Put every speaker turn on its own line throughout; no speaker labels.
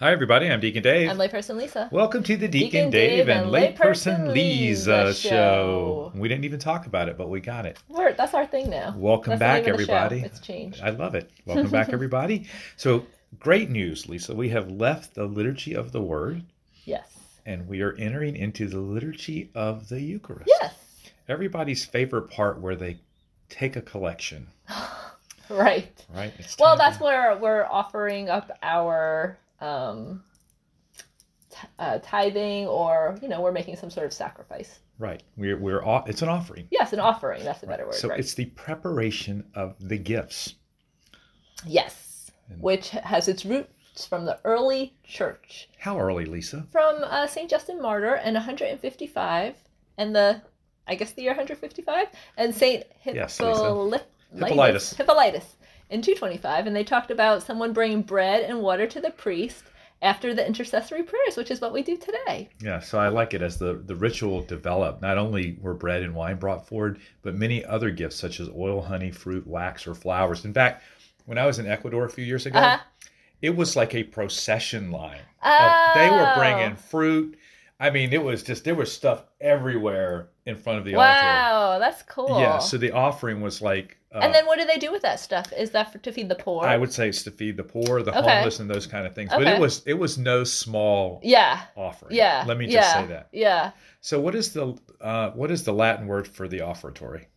Hi, everybody. I'm Deacon Dave.
I'm layperson Lisa.
Welcome to the Deacon,
Deacon
Dave,
Dave
and
and
Layperson
Layperson
Lisa
Lisa
uh, show.
uh, show.
We didn't even talk about it, but we got it.
We're, that's our thing now.
Welcome
That's the
back,
name of the show.
everybody.
It's changed.
I love it. Welcome back, everybody. So, great news, Lisa. We have left the liturgy of the Word
Yes.
and we are entering into the liturgy of the Eucharist.
Yes.
Everybody's favorite part where they take a collection,
Right.
right? It's
Well,
time
that's where we're offering up our um, t- uh, tithing, or you know, we're making some sort of sacrifice.
right. We're we're off, it's an offering.
Yes, an offering. That's a better word.
so
right.
it's the preparation of the gifts.
Yes,
And-
which has its roots from the early church,
How early, Lisa?
from uh, Saint Justin Martyr and 155, and the, I guess the year 155, and Saint
Yes,
Hippolytus.
Hippolytus.
Hippolytus in 225, and they talked about someone bringing bread and water to the priest after the intercessory prayers, which is what we do today.
Yeah, so I like it as the, the ritual developed. Not only were bread and wine brought forward, but many other gifts such as oil, honey, fruit, wax, or flowers. In fact, when I was in Ecuador a few years ago,
Uh-huh.
it was like a procession line.
Oh,
They were bringing fruit. I mean, it was just, there was stuff everywhere in front of the altar. uh,
Wow, that's cool.
Yeah, so the offering was like, uh,
and then what do they do with that stuff? Is that for, to feed the poor?
I would say it's to feed the poor, the
Okay.
homeless, and those kind of things. But
Okay.
it was, it was no small
Yeah,
offering.
yeah.
Let me just
yeah,
say that.
Yeah.
So what is the uh, what is the Latin word for the offertory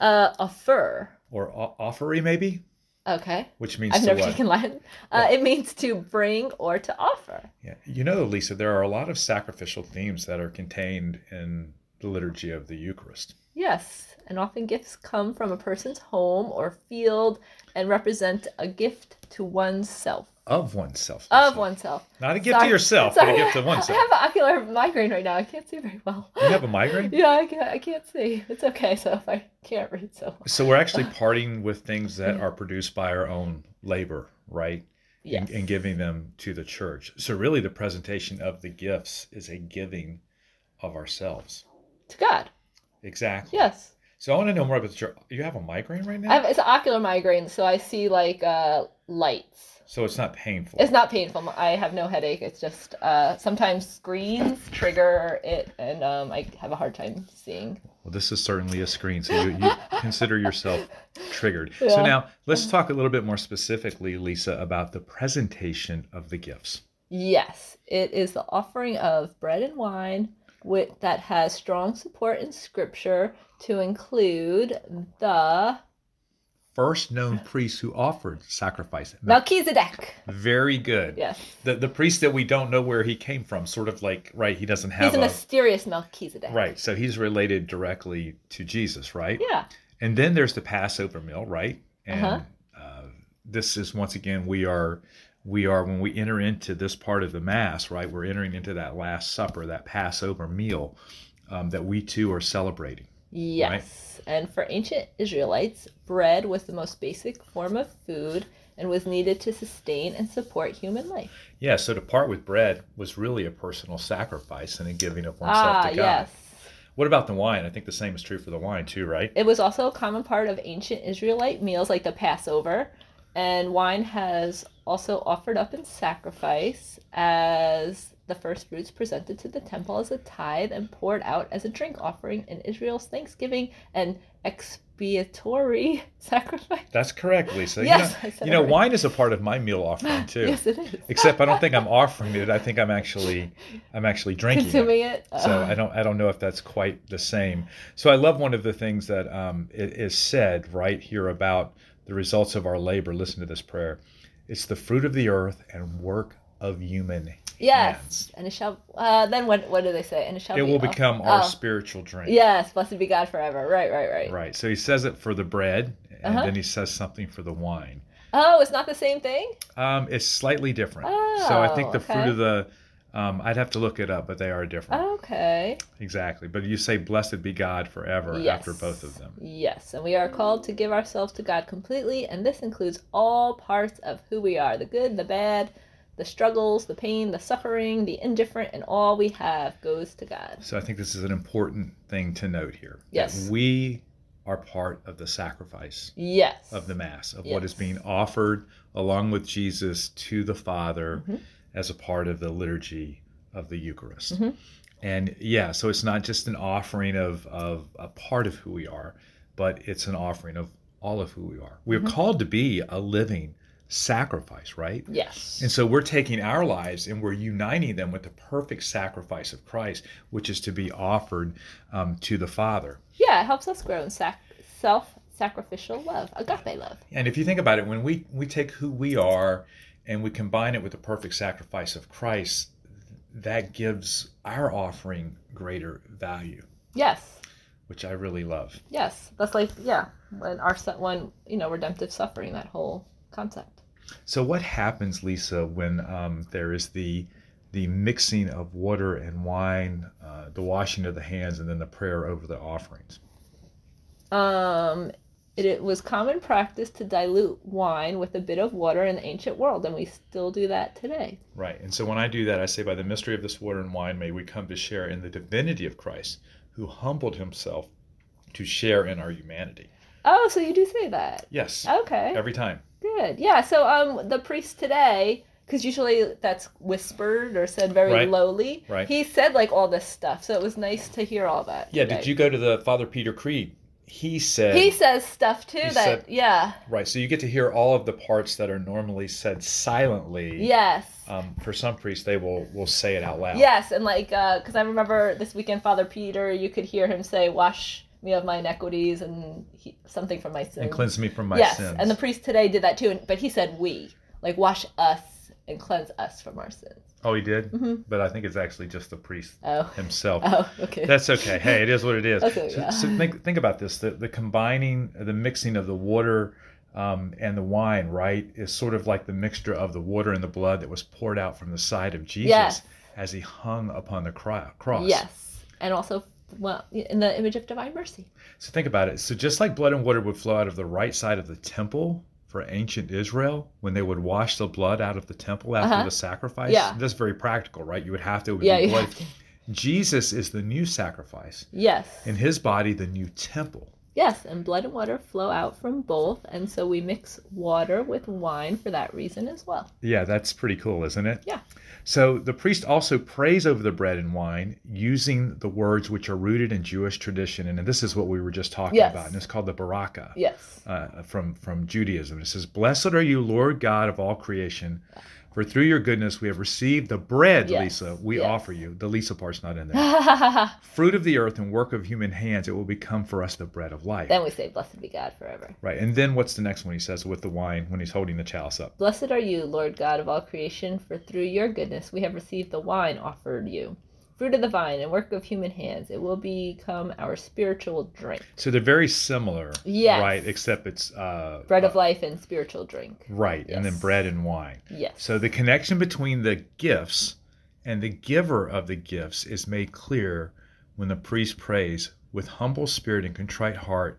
Uh, a fur.
or o- offery maybe,
Okay.
which means
I've
to
never
what?
taken Latin. Uh, it means to bring or to offer.
Yeah. You know, Lisa, there are a lot of sacrificial themes that are contained in the liturgy of the Eucharist.
Yes, and often gifts come from a person's home or field and represent a gift to oneself.
Of oneself.
Of
Lisa.
oneself.
Not a gift
Sorry.
to yourself, but a
Sorry,
gift to
I
oneself.
have an ocular migraine right now. I can't see very well.
You have a migraine?
Yeah, I can't, I can't see. It's okay, so if I can't read so well.
So we're actually parting with things that
Mm.
are produced by our own labor, right?
Yes.
And, and giving them to the church. So really the presentation of the gifts is a giving of ourselves.
To God.
Exactly.
Yes.
So I want to know more about your. You have a migraine right now,
I have, it's an ocular migraine, so I see like uh, lights.
so it's not painful.
It's not painful. I have no headache. It's just uh, sometimes screens trigger it, and um, I have a hard time seeing.
well, this is certainly a screen, so you, you consider yourself triggered. So
Yeah.
now let's talk a little bit more specifically, Lisa, about the presentation of the gifts.
Yes, it is the offering of bread and wine with, that has strong support in Scripture to include the
First known priest who offered sacrifice.
Melchizedek.
Very good.
Yes,
The the priest that we don't know where he came from, sort of like right, he doesn't
he's
have
a
a
mysterious Melchizedek.
right, so he's related directly to Jesus, right?
Yeah.
And then there's the Passover meal, right? And uh
Uh-huh.
this is once again we are we are when we enter into this part of the Mass, right? We're entering into that Last Supper, that Passover meal um, that we too are celebrating.
Yes. And for ancient Israelites, bread was the most basic form of food and was needed to sustain and support human life.
Yeah. So to part with bread was really a personal sacrifice and a giving of oneself
Ah,
to God.
yes.
What about the wine? I think the same is true for the wine too, right?
It was also a common part of ancient Israelite meals like the Passover, and wine has also offered up in sacrifice as the first fruits presented to the temple as a tithe and poured out as a drink offering in Israel's thanksgiving and expiatory sacrifice.
That's correct, Lisa.
Yes,
you
I
know,
said
you know
it right.
wine is a part of my meal offering too.
Yes, it is.
Except I don't think I'm offering it. I think I'm actually I'm actually drinking. it.
Consuming it.
So
uh,
I don't I don't know if that's quite the same. So I love one of the things that um, i- is said right here about the results of our labor. Listen to this prayer. It's the fruit of the earth and work of human
yes.
hands.
And it shall. Uh, then what? What do they say? And it shall.
It
be
will
all-
become our
oh.
spiritual drink.
Yes, blessed be God forever. Right, right, right.
Right. So he says it for the bread, and
Uh-huh.
then he says something for the wine.
Oh, it's not the same thing.
Um, it's slightly different. so I think
Oh,
the fruit
okay. Uh-huh.
of the um, I'd have to look it up, but they are different.
Okay.
Exactly. But you say, "Blessed be God forever." After both of them.
Yes, and we are called to give ourselves to God completely, and this includes all parts of who we are the good, the bad, the struggles, the pain, the suffering, the indifferent, and all we have goes to God.
So I think this is an important thing to note here. that
Yes.
we are part of the sacrifice
Yes.
of the Mass, of what is
Yes.
being offered along with Jesus to the Father
Mhm.
as a part of the liturgy of the Eucharist.
Mhm.
And yeah, so it's not just an offering of, of a part of who we are, but it's an offering of all of who we are. We're
Mhm.
called to be a living sacrifice, right?
Yes.
And so we're taking our lives and we're uniting them with the perfect sacrifice of Christ, which is to be offered um, to the Father.
yeah, it helps us grow in sac- self-sacrificial love, agape love.
And if you think about it, when we, we take who we are and we combine it with the perfect sacrifice of Christ, that gives our offering greater value,
Yes.
which I really love.
Yes. That's like yeah, when our su- when you know redemptive suffering, that whole concept.
So what happens, Lisa, when um, there is the the mixing of water and wine, uh, the washing of the hands, and then the prayer over the offerings?
Um, it, it was common practice to dilute wine with a bit of water in the ancient world, and we still do that today.
Right. And so when I do that, I say, by the mystery of this water and wine, may we come to share in the divinity of Christ, who humbled himself to share in our humanity.
Oh, so you do say that?
Yes.
Okay,
Every time.
good. Yeah. So um, the priest today, because usually that's whispered or said very
Right.
lowly.
Right.
He said like all this stuff, so it was nice to hear all that.
Yeah.
today.
Did you go to the Father Peter Creed? He said,
He says stuff too
He
that
said-
yeah,
right. So you get to hear all of the parts that are normally said silently.
yes.
Um, for some priests, they will, will say it out loud.
Yes, and like, because I remember this weekend, Father Peter, you could hear him say, "Wash me of my iniquities and he, something from my sins."
And cleanse me from my
yes,
sins.
and the priest today did that too, and, but he said "we," like "wash us and cleanse us from our sins."
oh, he did?
Mhm.
But I think it's actually just the priest
Oh,
himself.
oh, okay.
That's okay. Hey, it is what it is.
That's okay,
so,
yeah.
so think think about this: the the combining, the mixing of the water um, and the wine, right, is sort of like the mixture of the water and the blood that was poured out from the side of Jesus
Yes.
as he hung upon the cro- cross.
Yes, and also, well, in the image of divine mercy.
So think about it. So just like blood and water would flow out of the right side of the temple for ancient Israel, when they would wash the blood out of the temple after
Uh-huh.
the sacrifice,
Yeah.
that's very practical, right? You would have to. It would
Yeah,
be
you
blood.
have to.
Jesus is the new sacrifice.
Yes,
In his body, the new temple.
yes, and blood and water flow out from both, and so we mix water with wine for that reason as well.
Yeah, that's pretty cool, isn't it?
Yeah.
So the priest also prays over the bread and wine using the words which are rooted in Jewish tradition, and this is what we were just talking
Yes.
about, and it's called the Baraka
Yes.
uh, from from Judaism. It says, "Blessed are you, Lord God of all creation, for through your goodness we have received the bread,
Yes.
Lisa. We
Yes.
offer you the Lisa part's not in there.
then
Fruit of the earth and work of human hands, it will become for us the bread of life."
we say, "Blessed be God forever."
Right, and then what's the next one? He says with the wine when he's holding the chalice up.
Blessed are you, Lord God of all creation, for through your goodness we have received the wine offered you. Fruit of the vine and work of human hands, it will become our spiritual drink.
So they're very similar,
Yes.
right? Except it's uh,
Bread
uh,
of life and spiritual drink.
right, and then
Yes.
bread and wine.
Yes.
So the connection between the gifts and the giver of the gifts is made clear when the priest prays with humble spirit and contrite heart.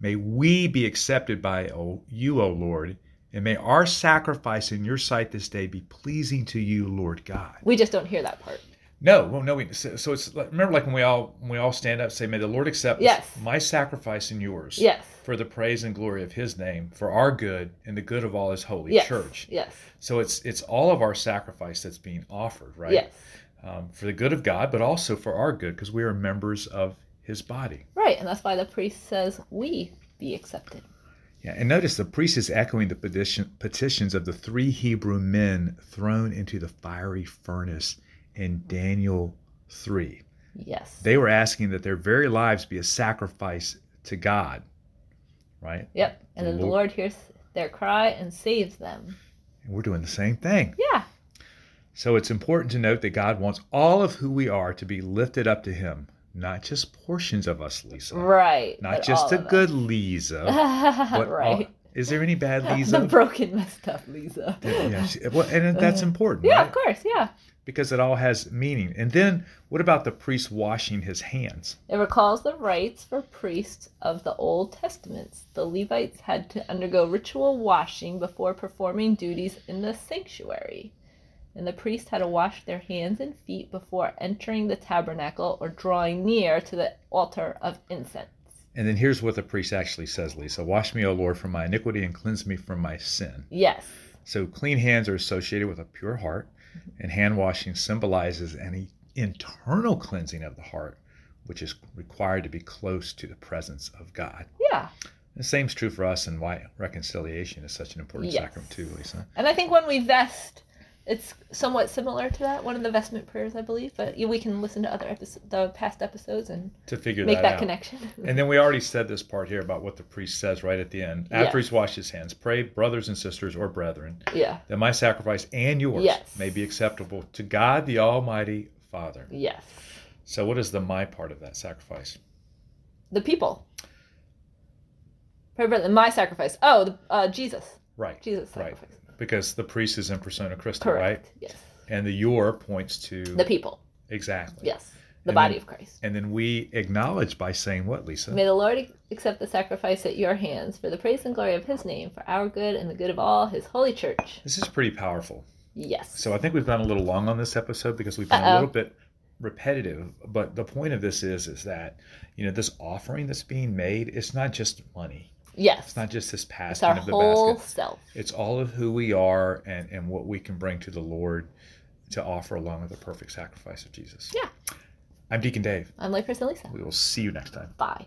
May we be accepted by o, you, O Lord, and may our sacrifice in your sight this day be pleasing to you, Lord God.
We just don't hear that part.
No, well, no. We, so, so it's like, remember, like when we all when we all stand up, and say, "May the Lord accept
Yes.
my sacrifice and yours."
Yes.
for the praise and glory of his name, for our good and the good of all his holy
Yes.
church.
Yes.
So it's it's all of our sacrifice that's being offered, right?
Yes.
Um, for the good of God, but also for our good, because we are members of his body.
Right, and that's why the priest says, We be accepted.
Yeah, and notice the priest is echoing the petition, petitions of the three Hebrew men thrown into the fiery furnace in Daniel 3.
Yes.
They were asking that their very lives be a sacrifice to God, right?
Yep. And then the
Lord-
Lord hears their cry and saves them.
And we're doing the same thing.
Yeah.
So it's important to note that God wants all of who we are to be lifted up to Him, not just portions of us, Lisa.
Right.
Not
but
just
all
the
of us.
good Lisa. What all-
right.
is there any bad
The
Lisa?
broken, messed up Lisa.
yeah, she- well, and that's important,
Uh, Yeah,
right?
of course. Yeah.
Because it all has meaning. And then what about the priest washing his hands?
It recalls the rites for priests of the Old Testaments. The Levites had to undergo ritual washing before performing duties in the sanctuary. And the priests had to wash their hands and feet before entering the tabernacle or drawing near to the altar of incense.
And then here's what the priest actually says, Lisa Wash me, O Lord, from my iniquity and cleanse me from my sin.
Yes.
So clean hands are associated with a pure heart, and hand washing symbolizes any internal cleansing of the heart, which is required to be close to the presence of God.
Yeah.
The same's true for us, and why reconciliation is such an important
Yes.
sacrament too, Lisa.
And I think when we vest, it's somewhat similar to that. One of the vestment prayers, I believe, but you- we can listen to other episodes, the past episodes, and
To figure
make
that,
that,
out.
connection.
And then we already said this part here about what the priest says right at the end. After he's washed his hands, pray, brothers and sisters or brethren,
yeah.
that my sacrifice and yours
Yes.
may be acceptable to God the Almighty Father.
Yes.
So, what is the my part of that sacrifice?
The people. Pray, brethren, My sacrifice. Oh, the, uh, Jesus.
Right.
Jesus'
Right.
sacrifice.
Because the priest is in persona Christi, right?
Correct. Yes.
And the your points to
The people.
exactly.
Yes. The
And
body
then-
of Christ.
And then we acknowledge by saying what, Lisa?
May the Lord accept the sacrifice at your hands for the praise and glory of his name, for our good and the good of all his holy church.
This is pretty powerful.
Yes.
So I think we've gone a little long on this episode because we've been a
Uh-oh.
little bit repetitive. But the point of this is, is that you know this offering that's being made, it's not just money.
yes.
It's not just this
It's
passing
our
of the
whole
basket.
self.
It's all of who we are and and what we can bring to the Lord to offer along with the perfect sacrifice of Jesus.
Yeah.
I'm Deacon Dave.
I'm Lake Priscilla Lisa.
We will see you next time.
Bye.